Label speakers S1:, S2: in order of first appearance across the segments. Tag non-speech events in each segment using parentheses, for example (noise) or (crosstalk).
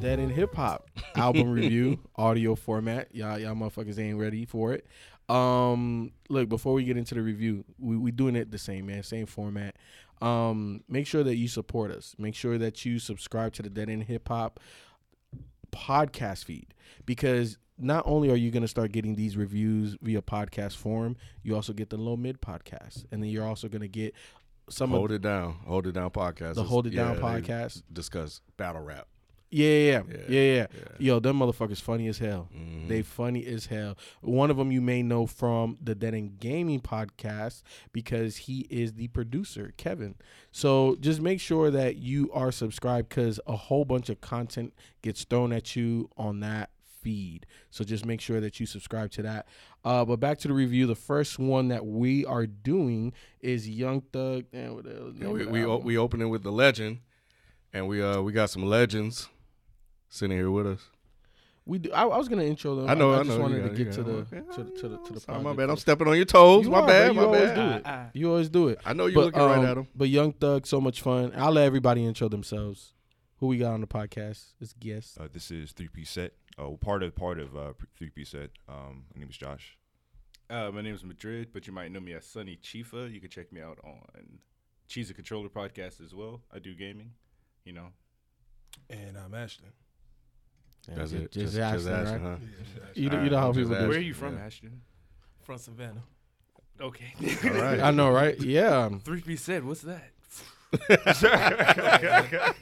S1: Dead in Hip
S2: (laughs)
S1: Hop album review, audio format. Y'all, y'all motherfuckers ain't ready for it. Um, look, before we get into the review, we we doing it the same, man, same format. Um, make sure that you support us. Make sure that you subscribe to the Dead End Hip Hop podcast feed because not only are you going to start getting these reviews via podcast form, you also get the Low Mid podcast, and then you're also going to get some of
S2: Hold it down. Hold it down podcast.
S1: the
S2: is-
S1: Hold It Down
S2: yeah, they
S1: podcast.
S2: Discuss battle rap.
S1: Yeah, yeah, yeah,
S2: Yeah,
S1: yeah, yeah.
S2: yeah. Mm-hmm.
S1: Yo, them motherfuckers funny as hell. They funny as hell. One of them you may know from the Dead End Gaming podcast because he is the producer, Kevin. So just make sure that you are subscribed because a whole bunch of content gets thrown at you on that feed. So just make sure that you subscribe to that. Uh, but back to the review. The first one that we are doing is Young Thug. Damn, what the hell is the
S2: Yeah,
S1: name
S2: we
S1: of the
S2: we, o-
S1: album?
S2: we opening with the legend, and we uh we got some legends sitting here with us.
S1: We do. I, I was gonna intro them.
S2: I know. I,
S1: just
S2: know. You
S1: wanted
S2: got
S1: to
S2: it,
S1: get
S2: you
S1: to
S2: got
S1: the
S2: it. Okay.
S1: to the to the, to the
S2: Sorry, my
S1: project
S2: bad. I'm
S1: first.
S2: stepping on your toes.
S1: You
S2: my
S1: are,
S2: bad.
S1: bro.
S2: My
S1: You always
S2: bad.
S1: do it.
S3: Ah, ah.
S1: You always do it.
S2: I know you're
S1: But,
S2: looking right
S1: um,
S2: at him.
S1: but Young Thug, so much fun. I'll let everybody intro themselves. Who we got on the podcast? It's guest.
S4: Uh, this is Three Piece Set. Uh, well, part of part of uh, Three Piece Set. Um, my name is Josh.
S3: Uh, my name is Madrid, but you might know me as Sunny Chifa. You can check me out on Cheese a Controller podcast as well. I do gaming, you know.
S5: And I'm Ashton.
S2: That's it.
S1: Just,
S2: Just,
S1: Ashton,
S2: just asking,
S1: right?
S2: huh?
S1: You, know- you know how
S2: Just
S1: people do.
S3: Where are
S1: it.
S2: Ashton,
S3: you from,
S2: yeah.
S3: Ashton?
S5: From Savannah.
S3: Okay. (laughs)
S1: (laughs)
S2: All right.
S1: I know, right? Yeah.
S3: Three P said, what's that?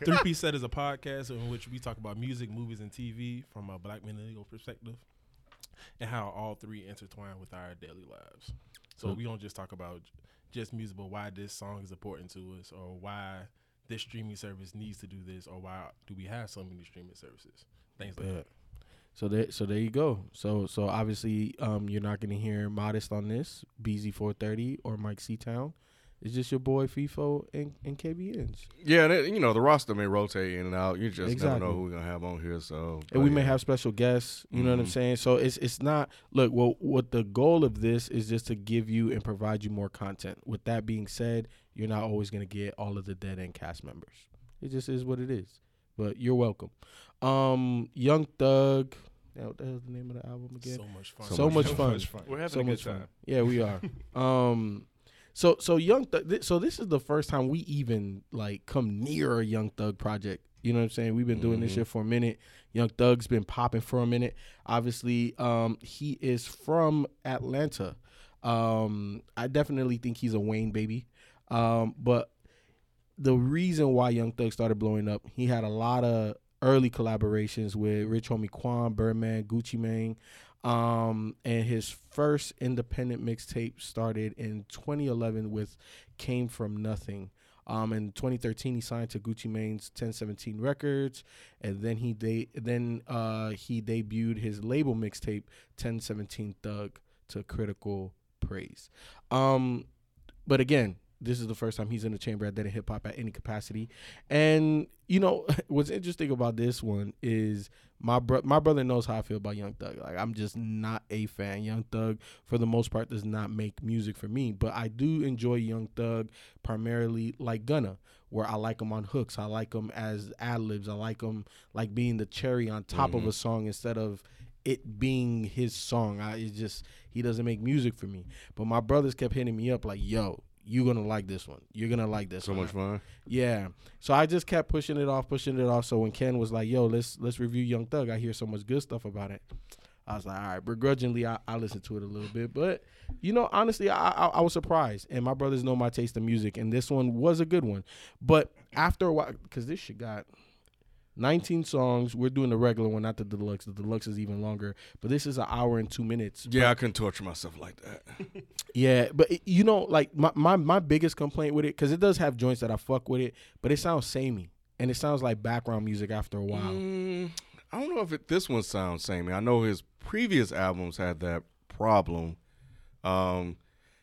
S5: Three Piece Set is a podcast in which we talk about music, movies, and TV from a black men in legal perspective and how all three intertwine with our daily lives. So we don't just talk about j- just music, but why this song is important to us or why this streaming service needs to do this or why do we have so many streaming services. Things like that.
S1: So there, so there you go. So, so obviously, um, you're not gonna hear modest on this BZ430 or Mike Seatown. It's just your boy FIFO and and KBNs,
S2: Yeah, and it, you know the roster may rotate in and out. You just
S1: Exactly.
S2: never know who we're gonna have on here. So
S1: and we
S2: but
S1: may
S2: Oh, yeah.
S1: have special guests. You know what I'm saying? So it's it's not look. Well, what the goal of this is just to give you and provide you more content. With that being said, you're not always gonna get all of the dead end cast members. It just is what it is. But you're welcome. Um, Young Thug. That what the hell's the name of the album again?
S5: So much fun.
S1: So, much, fun.
S3: We're having
S1: so
S3: a good
S1: much
S3: time.
S1: fun. Yeah, we
S3: (laughs)
S1: are. um, so so young. Thug th- so this is the first time we even like come near a Young Thug project. You know what I'm saying? We've been doing
S3: Mm-hmm.
S1: this shit for a minute. Young Thug's been popping for a minute. Obviously, um, he is from Atlanta. Um, I definitely think he's a Wayne baby. Um, but the reason why Young Thug started blowing up, he had a lot of early collaborations with Rich Homie Quan, Birdman, Gucci Mane. Um, and his first independent mixtape started in 2011 with Came From Nothing. Um, in 2013, he signed to Gucci Mane's 1017 Records, and then he de- then uh, he debuted his label mixtape 1017 Thug to critical praise. Um, but again, this is the first time he's in the chamber at Dead End Hip Hop at any capacity. And you know (laughs) what's interesting about this one is my bro- my brother knows how I feel about Young Thug. Like I'm just not a fan. Young Thug, for the most part, does not make music for me. But I do enjoy Young Thug primarily like Gunna, where I like him on hooks. I like him as ad libs. I like him like being the cherry on top
S2: Mm-hmm.
S1: of a song instead of it being his song. I it's just he doesn't make music for me. But my brothers kept hitting me up like, "Yo, you gonna like this one. You're gonna like this
S2: so
S1: one."
S2: much fun.
S1: Yeah. So I just kept pushing it off, pushing it off. So when Ken was like, "Yo, let's let's review Young Thug," I hear so much good stuff about it. I was like, "All right." Begrudgingly, I, I listened to it a little bit, but you know, honestly, I, I I was surprised. And my brothers know my taste of music, and this one was a good one. But after a while, because this shit got. 19 songs. We're doing the regular one, not the deluxe. The deluxe is even longer, but this is an hour and two minutes.
S2: Yeah, I couldn't torture myself like that.
S1: Yeah, but it, you know, like my, my my biggest complaint with it, because it does have joints that I fuck with it, but it sounds samey and it sounds like background music after a while.
S2: Mm, I don't know if it, this one sounds samey. I know his previous albums had that problem. Um,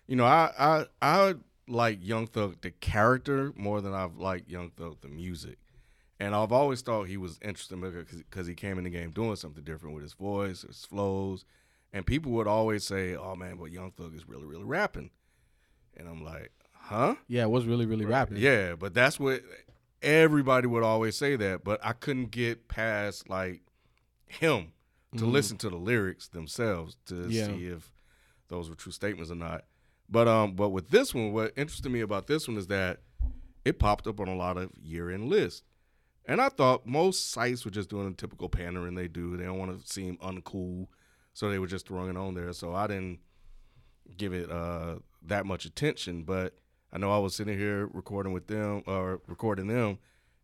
S2: you know, I I I like Young Thug the character more than I've liked Young Thug the music. And I've always thought he was interesting because he came in the game doing something different with his voice, his flows, and people would always say, "Oh man, but Young Thug is really really rapping," and I'm like, "Huh?"
S1: Yeah, it was really really rapping.
S2: Yeah, but that's what everybody would always say that, but I couldn't get past like him to
S1: Mhm.
S2: listen to the lyrics themselves to
S1: Yeah.
S2: see if those were true statements or not. But um, but with this one, what interested me about this one is that it popped up on a lot of year-end lists, and I thought most sites were just doing a typical pandering they do. They don't want to seem uncool, so they were just throwing it on there. So I didn't give it uh, that much attention, but I know I was sitting here recording with them or recording them,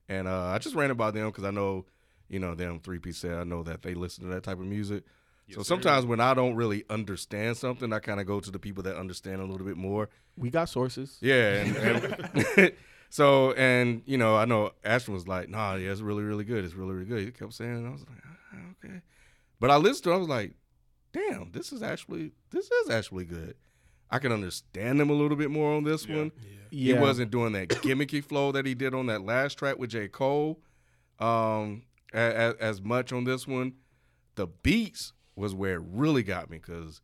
S2: and uh, I just ran about them because I know, you know, them three piece said I know that they listen to that type of music.
S3: Yes,
S2: so
S3: sir.
S2: sometimes when I don't really understand something, I kind of go to the people that understand a little bit more.
S1: We got sources.
S2: Yeah, and, and (laughs) so and you know I know Ashton was like, "Nah, yeah, it's really really good. It's really really good." He kept saying, it, I was like, ah, "Okay," but I listened to, it, I was like, "Damn, this is actually this is actually good." I can understand him a little bit more on this
S3: Yeah.
S2: one
S1: Yeah.
S2: he wasn't doing that gimmicky flow that he did on that last track with J. Cole um, as, as much on this one. The beats was where it really got me because,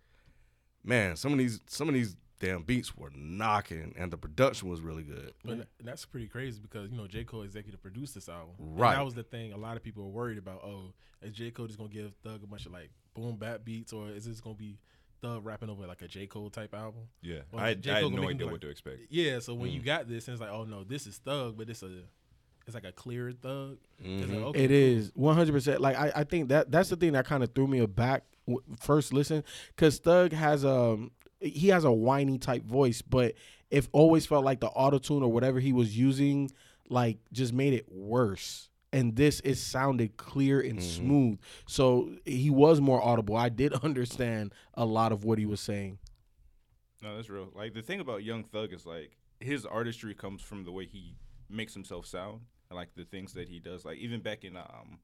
S2: man, some of these some of these damn beats were knocking, and the production was really good.
S5: But tha- that's pretty crazy because you know J Cole executive produced this album. And
S2: Right.
S5: that was the thing. A lot of people were worried about. Oh, is J Cole just gonna give Thug a bunch of like boom bap beats, or is this gonna be Thug rapping over like a J Cole type album?
S4: Yeah,
S5: Well,
S4: I,
S5: J.
S4: I
S5: Cole
S4: had
S5: gonna
S4: no
S5: make him be
S4: idea
S5: like-
S4: what to expect.
S5: Yeah. So
S3: Mm.
S5: when you got this, and it's like, oh no, this is Thug, but it's a, it's like a clear Thug. It's
S3: Mm-hmm.
S5: like, okay,
S1: It
S5: cool.
S1: is 100%. Like I, I think that that's the thing that kind of threw me back w- first listen cuz Thug has um he has a whiny type voice, but it always felt like the autotune or whatever he was using like just made it worse. And this it sounded clear and
S2: Mm-hmm.
S1: smooth. So he was more audible. I did (laughs) understand a lot of what he was saying.
S3: No, that's real. Like the thing about Young Thug is like his artistry comes from the way he makes himself sound and like the things that he does. Like even back in um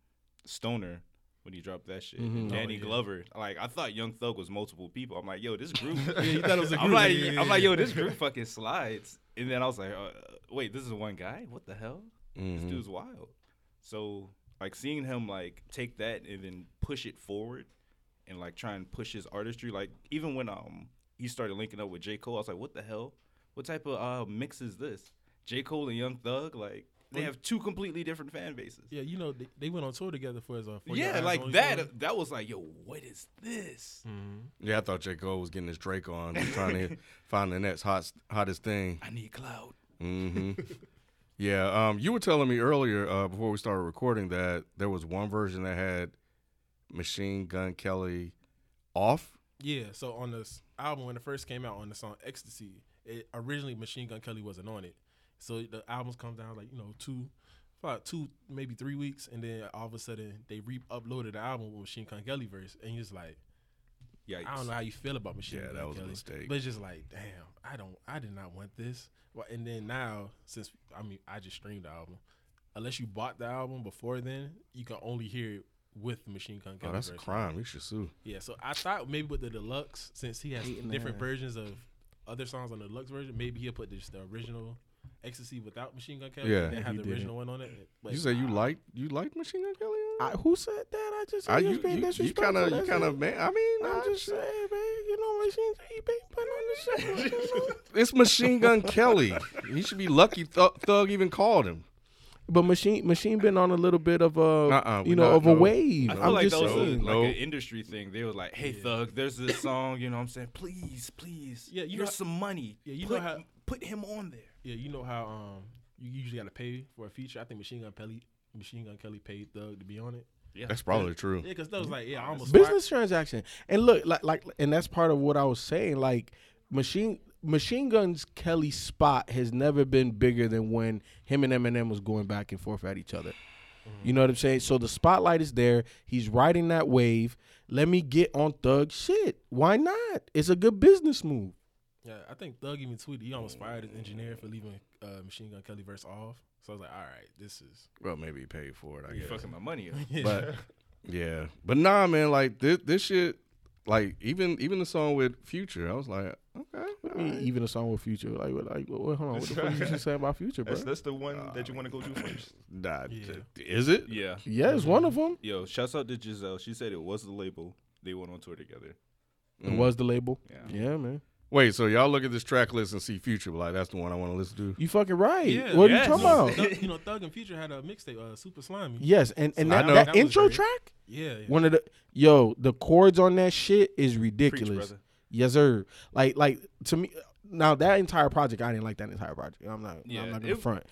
S3: Stoner when he dropped that shit,
S1: Mhm.
S3: and
S5: Oh,
S3: Danny
S5: yeah.
S3: Glover. Like I thought Young Thug was multiple people. I'm like, yo, this group.
S5: (laughs) Yeah, you thought it was a
S3: I'm
S5: group.
S3: like,
S5: Yeah, yeah,
S3: I'm like,
S5: yeah.
S3: yo, this group fucking slides. And then I was like, uh, wait, this is one guy? What the hell?
S2: Mm-hmm.
S3: This
S5: Mm-hmm.
S3: dude's wild. So like seeing him like take that and then push it forward and like try and push his artistry. Like even when um he started linking up with J Cole, I was like, what the hell? What type of uh mix is this? J Cole and Young Thug, like they have two completely different fan bases.
S5: Yeah, you know they, they went on tour together for his. Uh, for Your
S3: Yeah,
S5: Eyes
S3: like
S5: Only Mm. Mm-hmm.
S3: that. uh,
S5: Tour.
S3: That was like, yo, what is this?
S2: Yeah, I thought J. Cole was getting his Drake on, trying to find the next hot hottest thing.
S3: I need cloud.
S2: hmm yeah, um, you were telling me earlier uh, before we started recording that there was one version that had Machine Gun Kelly off.
S5: Yeah, so on this album when it first came out on the song Ecstasy, it originally Machine Gun Kelly wasn't on it. So the albums come down like, you know, two about two, maybe three weeks, and then all of a sudden they re uploaded the album with Machine Gun Kelly verse and you're just like,
S3: Yikes.
S5: I don't know how you feel about Machine
S2: Yeah,
S5: Gun
S2: that was a
S5: Kelly.
S2: mistake.
S5: But it's just like, damn, I don't I did not want this. Well, and then now, since I mean I just streamed the album. Unless you bought the album before then, you can only hear it with Machine Gun Kelly
S2: Oh, that's a
S5: verse.
S2: crime. You should sue.
S5: Yeah, so I thought maybe with the deluxe, since he has
S1: Hating
S5: different
S1: that.
S5: versions of other songs on the deluxe version, maybe he'll put just the original "Ecstasy" without Machine Gun Kelly.
S2: Yeah.
S5: and then
S1: He
S5: have the
S1: didn't.
S5: original one on it. But
S2: you say you
S3: uh,
S5: nah.
S2: like you like Machine Gun Kelly?
S1: I, who said that? I just
S2: I,
S1: he
S2: you,
S1: was being
S2: you, you
S1: disrespectful.
S2: kind of you
S1: That's
S2: kind
S1: it.
S2: of man. I mean,
S1: I'm
S2: I
S1: just
S2: just
S1: saying, man. You know, machines he been putting
S2: (laughs)
S1: on the shit. you know?
S2: it's Machine Gun Kelly. He should be lucky. Th- Thug even called him.
S1: But machine, machine been on a little bit of a,
S2: Uh-uh, we
S1: you know,
S2: not-
S1: of a
S2: no.
S1: wave.
S3: I feel
S1: I'm
S3: like
S1: just
S3: that was a-
S1: saying.
S3: like
S2: Nope.
S3: an industry thing. They were like, "Hey, Thug, there's this song. You know, what I'm saying, please, please,
S5: Yeah, you
S3: here's
S5: know-
S3: some money.
S5: Yeah, you
S3: put,
S5: know how-
S3: put him on there."
S5: Yeah, you know how um you usually got to pay for a feature. I think Machine Gun Kelly, Machine Gun Kelly paid Thug to be on it.
S3: Yeah,
S2: That's probably true.
S5: Yeah, because Thug was like, yeah, I almost
S1: business transaction. And look, like, like, and that's part of what I was saying. Like, machine, machine guns. Kelly's spot has never been bigger than when him and Eminem was going back and forth at each other.
S3: Mm-hmm.
S1: You know what I'm saying? So the spotlight is there. He's riding that wave. Let me get on Thug shit. Why not? It's a good business move.
S5: Yeah, I think Thug even tweeted he almost fired his engineer for leaving uh, Machine Gun Kelly verse off. So I was like, all right, this is
S2: Well, maybe he paid for it. I
S3: you
S2: guess.
S3: fucking my money
S2: (laughs)
S3: up.
S5: (laughs)
S2: But yeah, but nah, man. Like this, this shit. Like even even the song with Future, I was like, okay,
S1: I mean, even a song with Future. Like, what- like, what- hold on. What the fuck you just saying about Future, bro?
S4: That's, that's the one that you want to go do first.
S2: (laughs) nah,
S5: Yeah.
S2: t- is it?
S3: yeah,
S1: Yeah, it's one of them.
S3: yo, shouts out to Giselle. She said it was the label. They went on tour together.
S1: It was the label.
S3: Yeah.
S1: Yeah, man.
S2: Wait, so y'all look at this track list and see Future, but like that's the one I want to listen to.
S1: You fucking right.
S5: Yeah,
S1: what are you
S3: yes.
S1: talking about?
S3: No.
S5: Thug- you know, Thug and Future had a mixtape, uh, Super Slimy.
S1: yes, and and
S5: I
S1: that,
S5: know.
S1: that
S5: That was
S1: intro
S5: great.
S1: track,
S5: Yeah, yeah.
S1: one of the yo, the chords on that shit is
S3: Preach,
S1: ridiculous.
S3: brother.
S1: yes, sir. Like like to me, now that entire project, I didn't like that entire project. I'm not.
S3: Yeah,
S1: I'm not gonna
S3: it-
S1: front.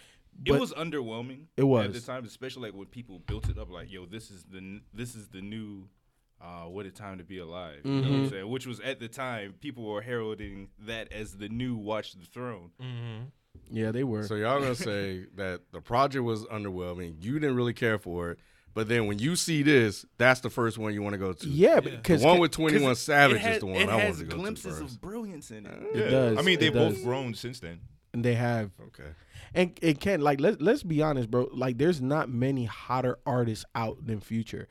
S3: it
S1: But-
S3: was underwhelming.
S1: It
S3: at the
S1: was.
S3: time, especially like when people built it up, like yo, this is the n- this is the new. Uh, what a time to be alive! You know what I'm saying? Which was at the time people were heralding that as the new Watch the Throne.
S1: Yeah, they were.
S2: So y'all gonna
S3: (laughs)
S2: say that the project was underwhelming. You didn't really care for it, but then when you see this, that's the first one you want to go to.
S1: yeah,
S5: Yeah.
S2: the
S1: because
S2: one with Twenty
S3: 'Cause
S2: One
S3: it
S2: Savage
S3: had-
S2: is the one
S3: it
S2: I wanted
S3: has
S2: to go
S3: glimpses
S2: to
S3: of
S2: first. Uh,
S3: brilliance in it.
S1: It does,
S4: I mean,
S1: it
S4: they've both
S1: does.
S4: grown since then.
S1: they have
S2: Okay,
S1: And it can like let's let's be honest, bro. Like there's not many hotter artists out than Future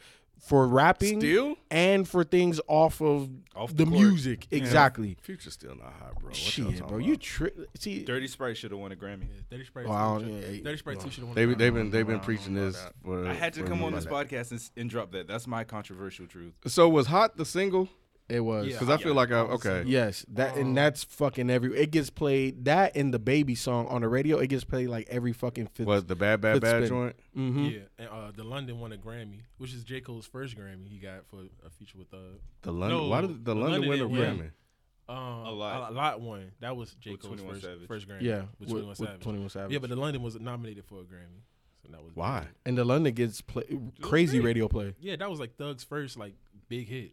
S1: for rapping
S2: Still?
S1: and for things off of
S3: Off
S1: the,
S3: the court.
S1: music. Exactly.
S2: Future's still not hot, bro. What y'all
S1: Shit,
S2: talking
S1: bro.
S2: about?
S1: You tri- see
S3: Dirty Sprite should have won a Grammy.
S5: Dirty Sprite
S1: Wow,
S5: 2
S1: yeah,
S5: should-
S1: yeah,
S5: Dirty Sprite
S1: wow.
S5: 2 should have won.
S2: They've
S5: the
S2: they've
S5: Grammy.
S2: been they've been preaching this. For,
S3: I had to
S2: for
S3: come on
S2: years.
S3: this podcast and, s- and drop that. That's my controversial truth.
S2: So was hot the single?
S1: it was.
S5: Yeah.
S2: Because I feel like I okay.
S1: Yes, that and
S2: Oh.
S1: that's fucking every. It gets played that and the baby song on the radio. It gets played like every fucking fifth.
S2: Was the bad bad
S1: Let's
S2: bad
S1: spin.
S2: joint?
S1: hmm
S5: Yeah, and uh, the London won a Grammy, which is J Cole's first Grammy he got for a feature with uh, Thug.
S2: The London.
S5: No,
S2: why did the
S5: the
S2: London,
S5: London
S2: win the
S5: didn't win.
S2: Grammy?
S5: Um, a
S3: Lot.
S5: lot, a lot one. That was J
S3: With
S5: Cole's
S3: 21
S5: first,
S3: Savage.
S5: first Grammy.
S1: Yeah, with,
S5: with 21
S1: with
S5: Savage.
S1: 21 Savage.
S5: Yeah, but the London was nominated for a Grammy, so that was
S2: Why?
S1: and the London gets play, crazy radio play.
S5: Yeah, that was like Thug's first like big hit.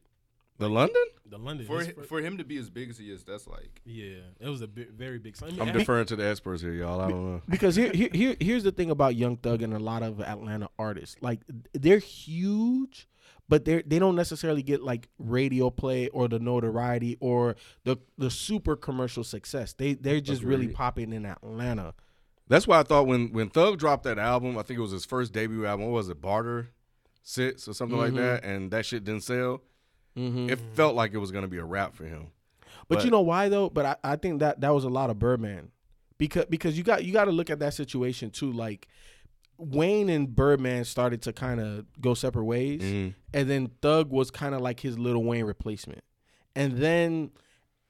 S2: The London?
S5: The London
S3: For
S5: his
S3: hi-
S5: fir-
S3: for him to be as big as he is, that's like
S5: yeah, it was a big, very big. song. I mean,
S2: I'm
S5: it-
S2: deferring to the experts here, y'all. I don't know.
S1: because here, here, here here's the thing about Young Thug and a lot of Atlanta artists. Like they're huge, but they they don't necessarily get like radio play or the notoriety or the the super commercial success. They they're just really
S2: Agreed.
S1: popping in Atlanta.
S2: That's why I thought when when Thug dropped that album, I think it was his first debut album. What was it, Barter Sits or something like that? And that shit didn't sell. It felt like it was gonna be a wrap for him.
S1: But,
S2: But-
S1: you know why though? But I, I think that that was a lot of Birdman, because because you got you got to look at that situation too. Like Wayne and Birdman started to kind of go separate ways,
S2: Mhm.
S1: and then Thug was kind of like his little Wayne replacement, and then.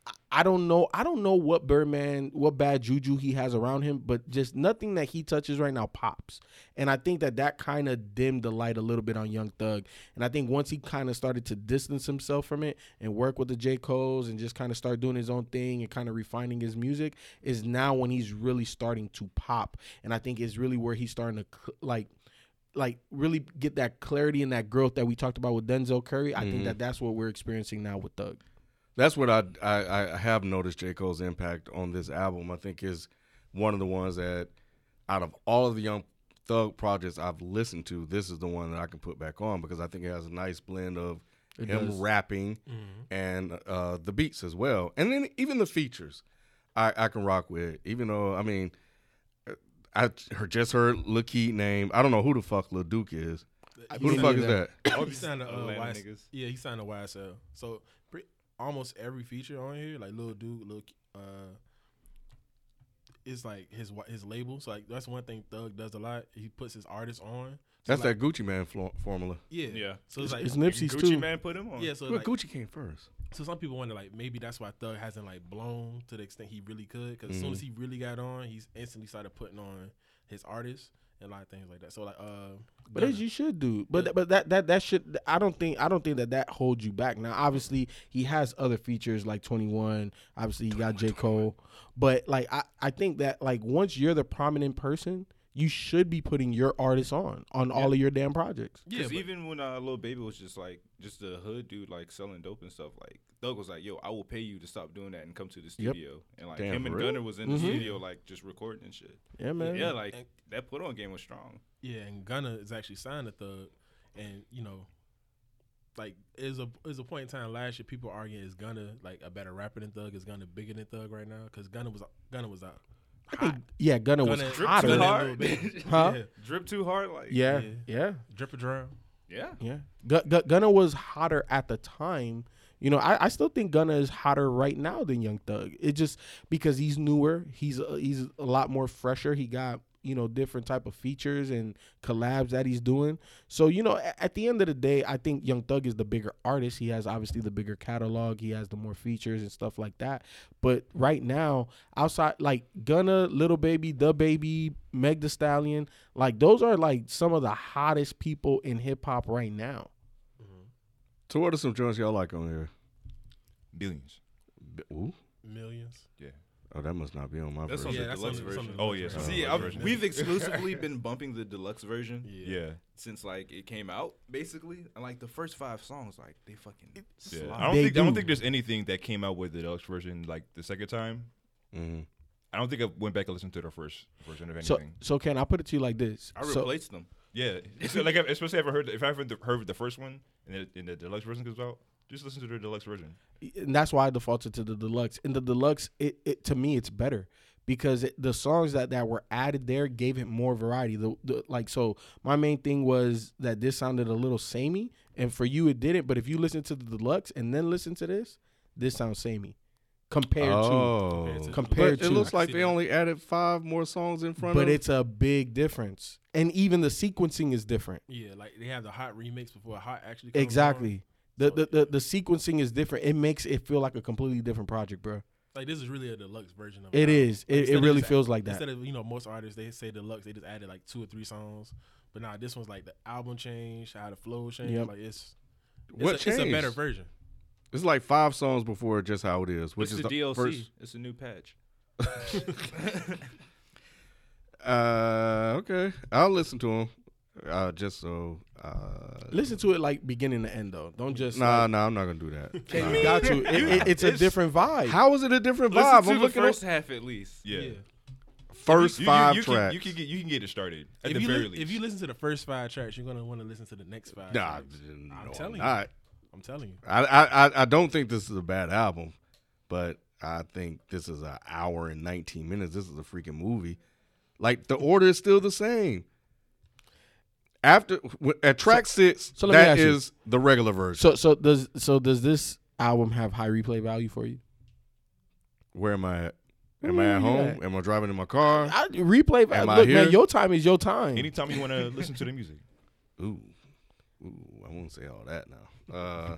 S1: I- I don't know. I don't know what Birdman, what bad juju he has around him, but just nothing that he touches right now pops. And I think that that kind of dimmed the light a little bit on Young Thug. And I think once he kind of started to distance himself from it and work with the J. Cole's and just kind of start doing his own thing and kind of refining his music is now when he's really starting to pop. And I think it's really where he's starting to cl- like like really get that clarity and that growth that we talked about with Denzel Curry. I
S2: Mm-hmm.
S1: think that that's what we're experiencing now with Thug.
S2: That's what I, I I have noticed J. Cole's impact on this album. I think is one of the ones that out of all of the young thug projects I've listened to, this is the one that I can put back on because I think it has a nice blend of him
S1: does.
S2: rapping and uh, the beats as well. And then even the features I, I can rock with. Even though I mean uh, I heard, just heard Lil Key name. I don't know who the fuck Lil Duke is. Who the
S1: Me
S2: fuck is
S1: neither.
S2: that?
S5: he signed a uh,
S3: Atlanta
S5: YS
S3: niggas.
S5: Yeah, he signed a YSL. So pre- almost every feature on here, like Lil Duke, Lil, K- uh, is like his wa- his label. So like that's one thing Thug does a lot. He puts his artists on. So,
S2: That's
S5: like,
S2: that Gucci Man flo- formula.
S5: Yeah.
S3: Yeah.
S5: So it's like
S1: It's Nipsey's
S3: Gucci
S1: too.
S3: Man put him on.
S5: yeah. So
S2: Well,
S5: like,
S2: Gucci came first.
S5: so some people wonder like maybe that's why Thug hasn't like blown to the extent he really could. Because as soon as he really got on, he's instantly started putting on his artists and a lot of things like that. So like uh,
S1: But as you should do. But but that that that should. I don't think I don't think that that holds you back. Now, obviously, he has other features like Twenty One. Obviously, you got J Cole. But like I I think that like once you're the prominent person, you should be putting your artists on on all of your damn projects.
S5: yeah,
S3: Because
S5: but-
S3: even when uh, little baby was just like just a hood dude like selling dope and stuff, like Thug was like, "Yo, I will pay you to stop doing that and come to the studio." And like
S2: Damn, Mm-hmm.
S3: him and
S2: for real?
S3: Gunner was in the studio like just recording and shit.
S1: Yeah, man.
S3: Yeah, like that put on game was strong.
S5: Yeah, and Gunna is actually signed to Thug, and you know, like is a is a point in time last year people arguing is Gunna like a better rapper than Thug is Gunna bigger than Thug right now because Gunna was Gunna was out. Hot.
S1: yeah. Gunna was
S5: Gunna-
S3: Drip too
S5: Gunna
S1: hotter.
S5: hot.
S3: hard,
S1: Huh?
S5: Yeah,
S3: drip too hard, like
S1: Yeah,
S5: Yeah.
S1: yeah.
S5: drip or drown.
S3: yeah.
S1: Yeah. Gu- Gu- Gunna was hotter at the time. You know, I, I still think Gunna is hotter right now than Young Thug. It just because he's newer, he's uh, he's a lot more fresher. He got you know different type of features and collabs that he's doing. So you know, a- at the end of the day, I think Young Thug is the bigger artist. He has obviously the bigger catalog. He has the more features and stuff like that. But right now, outside like Gunna, Little Baby, The Baby, Meg The Stallion, like those are like some of the hottest people in hip hop right now.
S2: So what are some joints y'all like on here?
S4: Billions.
S2: B- Ooh,
S5: Millions.
S2: oh, that must not be on my
S3: That's
S2: version.
S3: on
S5: Yeah,
S3: the
S5: that's
S3: deluxe
S5: on the-
S3: version.
S5: on the
S4: Oh,
S5: deluxe
S4: yeah,
S5: version.
S3: See,
S4: Uh,
S3: I've,
S2: (laughs)
S4: version.
S3: we've exclusively been bumping the deluxe version
S4: Yeah.
S3: since like it came out, basically. And like the first five songs, like they fucking
S4: Yeah.
S3: slide.
S4: I don't
S1: They
S4: think I
S1: do.
S4: don't think there's anything that came out with the deluxe version like the second time.
S2: Mhm.
S4: I don't think I went back and listened to the first version of anything.
S1: So so can I put it to you like this?
S3: I
S1: So-
S3: replaced them.
S4: yeah,
S1: (laughs)
S4: so, like especially if I heard if I haven't heard the first one and the, and the deluxe version comes out, just listen to the deluxe version.
S1: and that's why I defaulted to the deluxe. And the deluxe, it, it to me, it's better because it, the songs that, that were added there gave it more variety. The, the like so, my main thing was that this sounded a little samey, and for you it didn't. But if you listen to the deluxe and then listen to this, this sounds samey compared
S2: Oh,
S5: Compared
S1: to
S5: to-
S1: compared
S2: but it
S1: to.
S2: looks
S5: I
S2: like
S5: see
S2: they
S5: that.
S2: only added five more songs in front.
S1: but
S2: of
S1: it's a big difference, and even the sequencing is different.
S5: Yeah, like they have the hot remix before hot actually. Comes on.
S1: Exactly. The,
S5: So-
S1: the, the, the sequencing is different. It makes it feel like a completely different project, bro.
S5: Like this is really a deluxe version of
S1: It
S5: album.
S1: is.
S5: Like,
S1: It,
S5: instead
S1: it
S5: of
S1: really
S5: just-
S1: feels like that.
S5: Instead of you know most artists they say deluxe, they just added like two or three songs. But nah, this one's like the album change, how the flow changed.
S1: Yep.
S5: Like it's it's,
S2: what
S5: a, it's a better
S2: changed?
S5: version.
S2: It's like five songs before just how it is, which
S3: It's
S2: is
S3: the, DLC.
S2: first.
S3: It's a new patch.
S2: Uh, okay, I'll listen to them. Uh, just so. Uh,
S1: Listen to it like beginning to end though. Don't just
S2: nah,
S1: like,
S2: nah, I'm not gonna do that.
S1: Can you got to? It, it- it's a different vibe.
S2: How is it a different
S3: Listen
S2: vibe?
S3: to
S2: I'm
S3: the
S2: looking
S3: first
S2: at
S3: half at least.
S4: Yeah,
S2: first
S4: You- you-
S2: five
S4: you,
S2: tracks.
S4: Can, you can get you can get it started at
S5: If
S4: the
S5: you,
S4: very
S5: li-
S4: least.
S5: if you listen to the first five tracks, you're gonna want to listen to the next five.
S2: nah,
S5: tracks.
S2: no,
S5: I'm
S2: I'm
S5: telling you.
S2: not.
S5: I'm telling you.
S2: I, I, I- I don't think this is a bad album, but I think this is an hour and 19 minutes. This is a freaking movie. Like the order is still the same. After w- at track six,
S1: so let me
S2: that
S1: ask you.
S2: is the regular version.
S1: So so does so does this album have high replay value for you?
S2: Where am I at? Am
S1: Where
S2: I at
S1: you
S2: home?
S1: at?
S2: Am I driving in my car?
S1: I, replay value.
S2: Am I
S1: Look, man,
S2: here?
S1: your time is your time.
S4: Anytime you want to listen to the music,
S2: Ooh, ooh, I won't say all that now. Uh,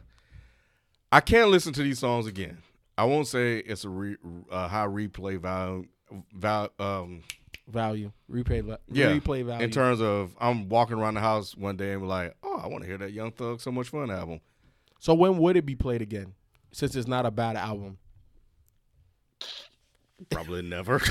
S2: I can't listen to these songs again. I won't say it's a re, uh, high replay value. Val, um,
S1: value. Replay va-
S2: Yeah,
S1: replay value.
S2: in terms of I'm walking around the house one day and be like, oh, I want to hear that Young Thug So Much Fun album.
S1: so when would it be played again? Since it's not a bad album.
S2: Probably never.
S1: (laughs) hey,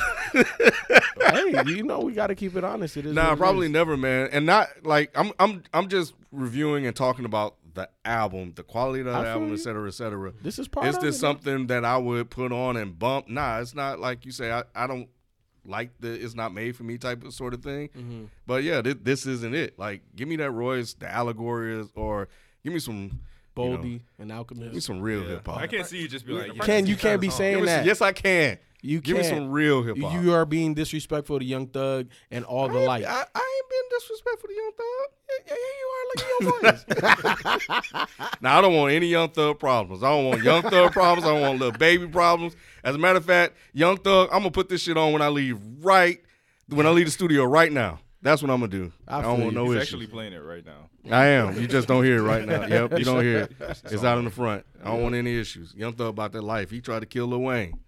S1: you know we got to keep it honest. It is what
S2: (laughs) nah,
S1: it
S2: probably
S1: is.
S2: never, man. And not like I'm I'm I'm just reviewing and talking about the album, the quality of the
S1: I feel
S2: album,
S1: you.
S2: et cetera, et cetera.
S1: This is part
S2: Is
S1: of
S2: this
S1: it.
S2: something that I would put on and bump? Nah, it's not like you say. I, I don't like the it's not made for me type of sort of thing.
S1: Mm-hmm.
S2: But yeah, thi- this isn't it. Like, give me that Royce, the allegory, is- or give me some
S1: Boldy
S2: You know,
S1: and
S2: give me
S1: Alchemist.
S2: some real hip hop.
S3: I can't see you just be like, yeah,
S1: Ken,
S3: this
S1: you
S3: is
S1: can't be
S3: kinda
S1: saying
S2: Give me some-
S1: that.
S2: yes, I can.
S1: You
S2: Give me
S1: can't.
S2: some real hip hop.
S1: You are being disrespectful to Young Thug and all the like.
S2: I, I ain't been disrespectful to Young Thug.
S1: yeah, you are. Look at
S2: (laughs)
S1: your voice.
S2: Now I don't want any Young Thug problems. I don't want Young Thug problems. I don't want little baby problems. As a matter of fact, Young Thug, I'm gonna put this shit on when I leave. Right when I leave the studio right now. That's what I'm gonna do.
S1: I
S2: I, don't
S1: feel
S2: want
S1: you.
S2: no
S3: He's
S2: issues.
S3: actually playing it right now.
S2: I am. You just don't hear it right now. Yep, you don't hear it. It's out in the front. I don't want any issues. Young Thug about that life. He tried to kill Lil Wayne.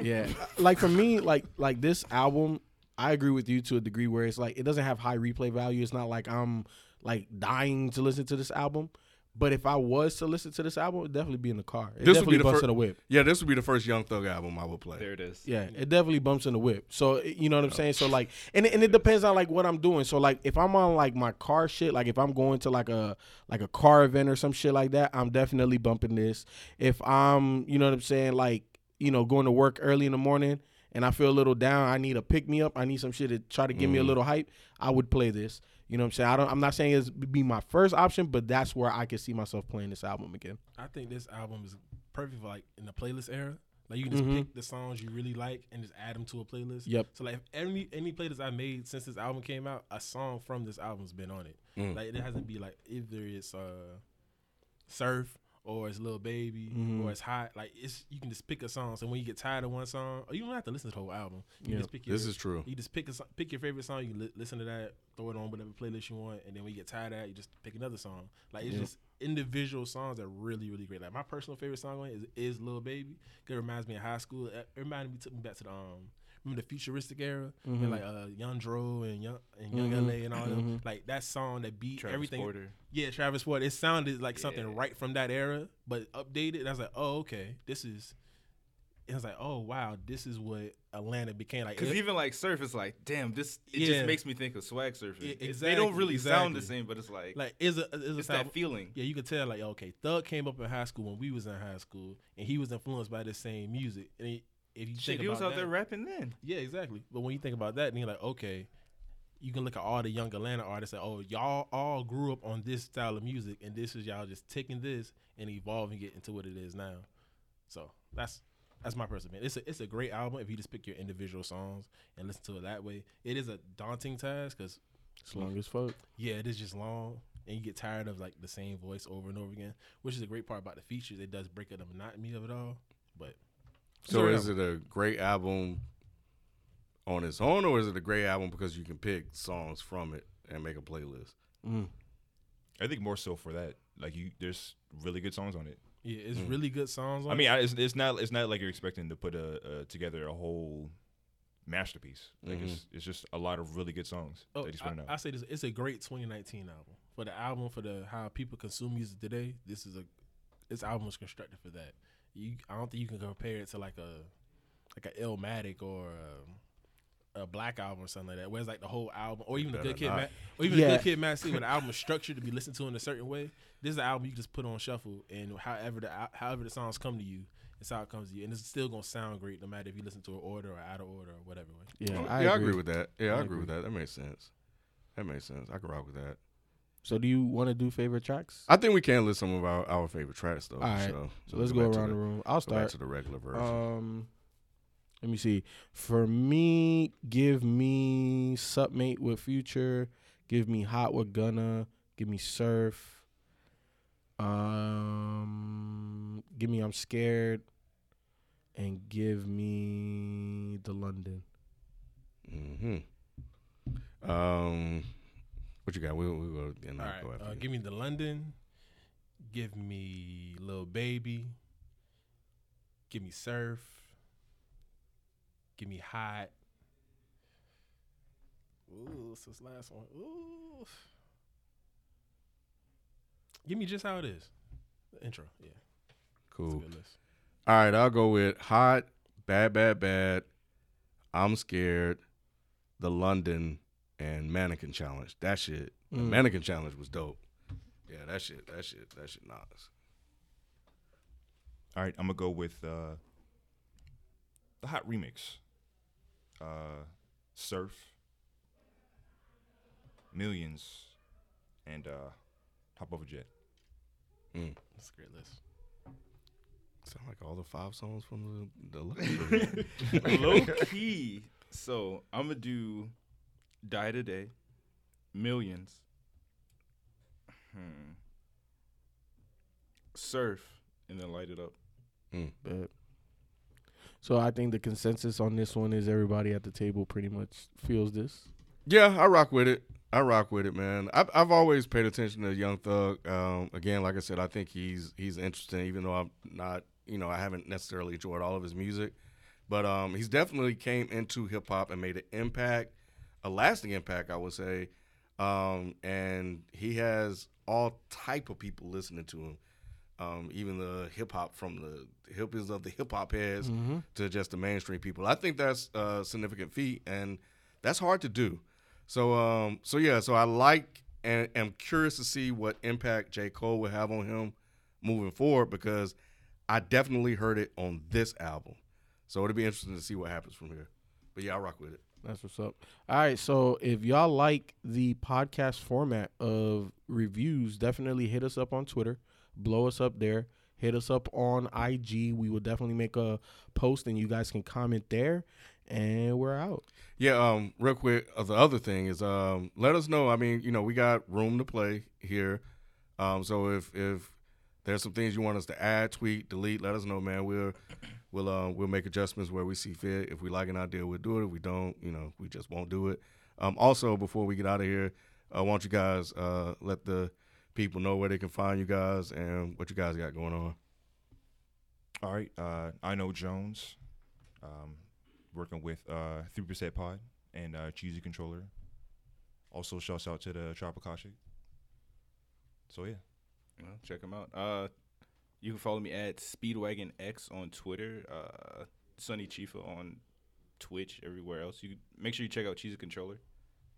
S1: Yeah. like for me, like like this album, I agree with you to a degree where it's like it doesn't have high replay value. It's not like I'm like dying to listen to this album. But if I was to listen to this album, it'd definitely be in the car. It
S2: This would
S1: definitely
S2: be the
S1: bumps
S2: fir-
S1: in the whip.
S2: Yeah, this would be the first Young Thug album I would play.
S3: There it is.
S1: Yeah, it definitely bumps in the whip. So it- you know what I'm saying. So like, and it- and it depends on like what I'm doing. So like, if I'm on like my car shit, like if I'm going to like a like a car event or some shit like that, I'm definitely bumping this. If I'm, you know what I'm saying, like you know going to work early in the morning and I feel a little down, I need a pick me up. I need some shit to try to give me
S2: Mm.
S1: a little hype. I would play this. You know what I'm saying. I don't. I'm not saying it's be my first option, but that's where I could see myself playing this album again.
S5: I think this album is perfect for like in the playlist era. Like you can just pick the songs you really like and just add them to a playlist.
S1: Yep.
S5: So like if any any playlist I made since this album came out, a song
S2: Mm.
S5: from this album's been on it. Like it hasn't been like either it's uh surf or it's Lil Baby
S1: Mhm.
S5: or it's Hot. Like it's you can just pick a song. So when you get tired of one song, or you don't have to listen to the whole album. You
S1: Yeah.
S5: just pick your,
S2: This is true.
S5: you just pick a, so- pick your favorite song. You li- listen to that, throw it on whatever playlist you want, and then when you get tired of that, you just pick another song. Like it's
S1: Yeah.
S5: just individual songs that are really really great. Like my personal favorite song on it is, is Lil Baby. 'cause It reminds me of high school. It it reminded me took me back to the um. Remember the futuristic era, and like uh, Young Dro and Young and Young
S1: Mhm.
S5: LA and all them. Like that song, that beat,
S3: Travis
S5: everything.
S3: Porter.
S5: Yeah, Travis Ford. It sounded like something
S3: Yeah.
S5: right from that era, but updated. And I was like, oh, okay, this is. And I was like, oh wow, this is what Atlanta became. Like,
S3: Because
S5: it-
S3: even like surf is like, damn, this it
S5: Yeah.
S3: just makes me think of swag surfing.
S5: Yeah,
S3: It's- they don't
S5: exactly,
S3: really sound the
S5: exactly.
S3: same, but it's like,
S5: like is a is a
S3: it's
S5: sound-
S3: that feeling.
S5: Yeah, you could tell like okay, Thug came up in high school when we was in high school, and he was influenced by the same music. And he- if you
S3: Shit,
S5: think
S3: he
S5: about
S3: was out
S5: that,
S3: there rapping then.
S5: yeah, exactly. But when you think about that, then you're like, okay, you can look at all the young Atlanta artists and oh, y'all all grew up on this style of music, and this is y'all just taking this and evolving it into what it is now. So that's that's my personal opinion. It's a it's a great album if you just pick your individual songs and listen to it that way. It is a daunting task because
S1: It's long as fuck.
S5: yeah, it is just long, and you get tired of like the same voice over and over again, which is a great part about the features. It does break up the monotony of it all, but
S2: So is it a great album on its own, or is it a great album because you can pick songs from it and make a playlist?
S4: I think more so for that. Like you, there's really good songs on it.
S5: yeah, it's really good songs. On
S4: Mm. I mean, I, it's, it's not it's not like you're expecting to put a, a together a whole masterpiece. Like it's
S1: Mm-hmm.
S4: it's just a lot of really good songs
S5: Oh,
S4: that he's
S5: I,
S4: putting out.
S5: I say this. It's a great 2019 album for the album for the how people consume music today. This is a this album was constructed for that. You, I don't think you can compare it to like a like a Illmatic or um, a, a Black album or something like that. Whereas like the whole album or even a
S2: better
S5: Good Kid,
S2: not.
S5: Ma- or even a
S1: Yeah.
S5: Good Kid, Mad City, where the album is structured to be listened to in a certain way. This is an album you just put on shuffle and however the al- however the songs come to you. It's how it comes to you, and it's still gonna sound great no matter if you listen to it order or out of order or whatever way.
S1: Yeah,
S2: I, yeah, agree. I agree with that. Yeah, I, agree,
S1: agree.
S2: with that. That makes sense. That makes sense. I can rock with that.
S1: So, do you want to do favorite tracks?
S2: I think we can list some of our, our favorite tracks though.
S1: All right.
S2: So,
S1: So let's go
S2: back to
S1: around the,
S2: the,
S1: room. I'll
S2: Go
S1: start.
S2: back to the regular version.
S1: Um, let me see. For me, give me Submate with Future. Give me Hot with Gunna. Give me Surf. Um, give me I'm Scared. And give me the London.
S2: mm-hmm. Um, what you got? We'll, we'll go and
S5: All
S2: I'll go
S5: right.
S2: after
S5: Uh,
S2: you.
S5: give me the London. Give me Lil Baby. Give me Surf. Give me Hot. Ooh, this is last one. Ooh. Give me just how it is. The intro, yeah. It's a
S2: cool.
S5: good list.
S2: All right, I'll go with Hot, Bad, Bad, Bad, I'm Scared, The London, and Mannequin Challenge. That shit, the
S1: Mm.
S2: Mannequin Challenge was dope. Yeah, that shit, that shit, that shit knocks.
S4: All right, I'm gonna go with uh, the hot remix, uh, Surf, Millions, and uh, Hop Over Jet.
S5: It's a great list.
S2: Sound like all the five songs from the, the London.
S3: (laughs) Low key. So I'm gonna do Die Today, Millions, hmm. Surf, and then Light It Up.
S2: Mm.
S1: But so I think the consensus on this one is everybody at the table pretty much feels this.
S2: yeah, I rock with it. I rock with it, man. I've, I've always paid attention to Young Thug. Um, again, like I said, I think he's he's interesting, even though I'm not, you know, I haven't necessarily enjoyed all of his music. But um, he's definitely came into hip hop and made an impact, a lasting impact, I would say. Um, and he has all type of people listening to him. Um, even the hip hop from the hippers of the hip hop heads to just the mainstream people. I think that's a significant feat, and that's hard to do. So, um, so yeah, so I like and am curious to see what impact J. Cole will have on him moving forward because I definitely heard it on this album. So it'll be interesting to see what happens from here. But yeah, I rock with it.
S1: That's what's up. All right, so if y'all like the podcast format of reviews, definitely hit us up on Twitter, blow us up there, hit us up on IG. We will definitely make a post and you guys can comment there. And we're out.
S2: Yeah, um, real quick, uh, the other thing is um, let us know. I mean, you know, we got room to play here. Um, so if if there's some things you want us to add, tweet, delete. Let us know, man. We'll we'll uh, we'll make adjustments where we see fit. If we like an idea, we'll do it. If we don't, you know, we just won't do it. Um, also, before we get out of here, I want you guys uh, let the people know where they can find you guys and what you guys got going on.
S4: All right. Uh, I know Jones, um, working with uh, Three Percent Pod and uh, Cheesy Controller. Also, shouts out to the Tropikashi. So yeah,
S3: Well, check them out. Uh, you can follow me at Speedwagon X on Twitter. Uh, Sunny Chifa on Twitch. Everywhere else, you make sure you check out Cheesy Controller,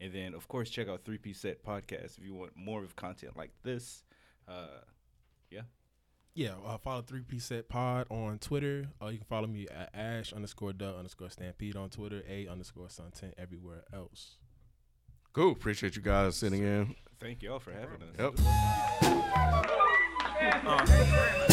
S3: and then of course check out Three Piece Set Podcast if you want more of content like this. Uh,
S5: Yeah, uh, follow Three Piece Set Pod on Twitter. Uh, you can follow me at Ash underscore Dub underscore Stampede on Twitter. A underscore Sunten everywhere else.
S2: Cool. Appreciate you guys sitting in.
S3: thank y'all for having us.
S2: Yep.
S6: Uh,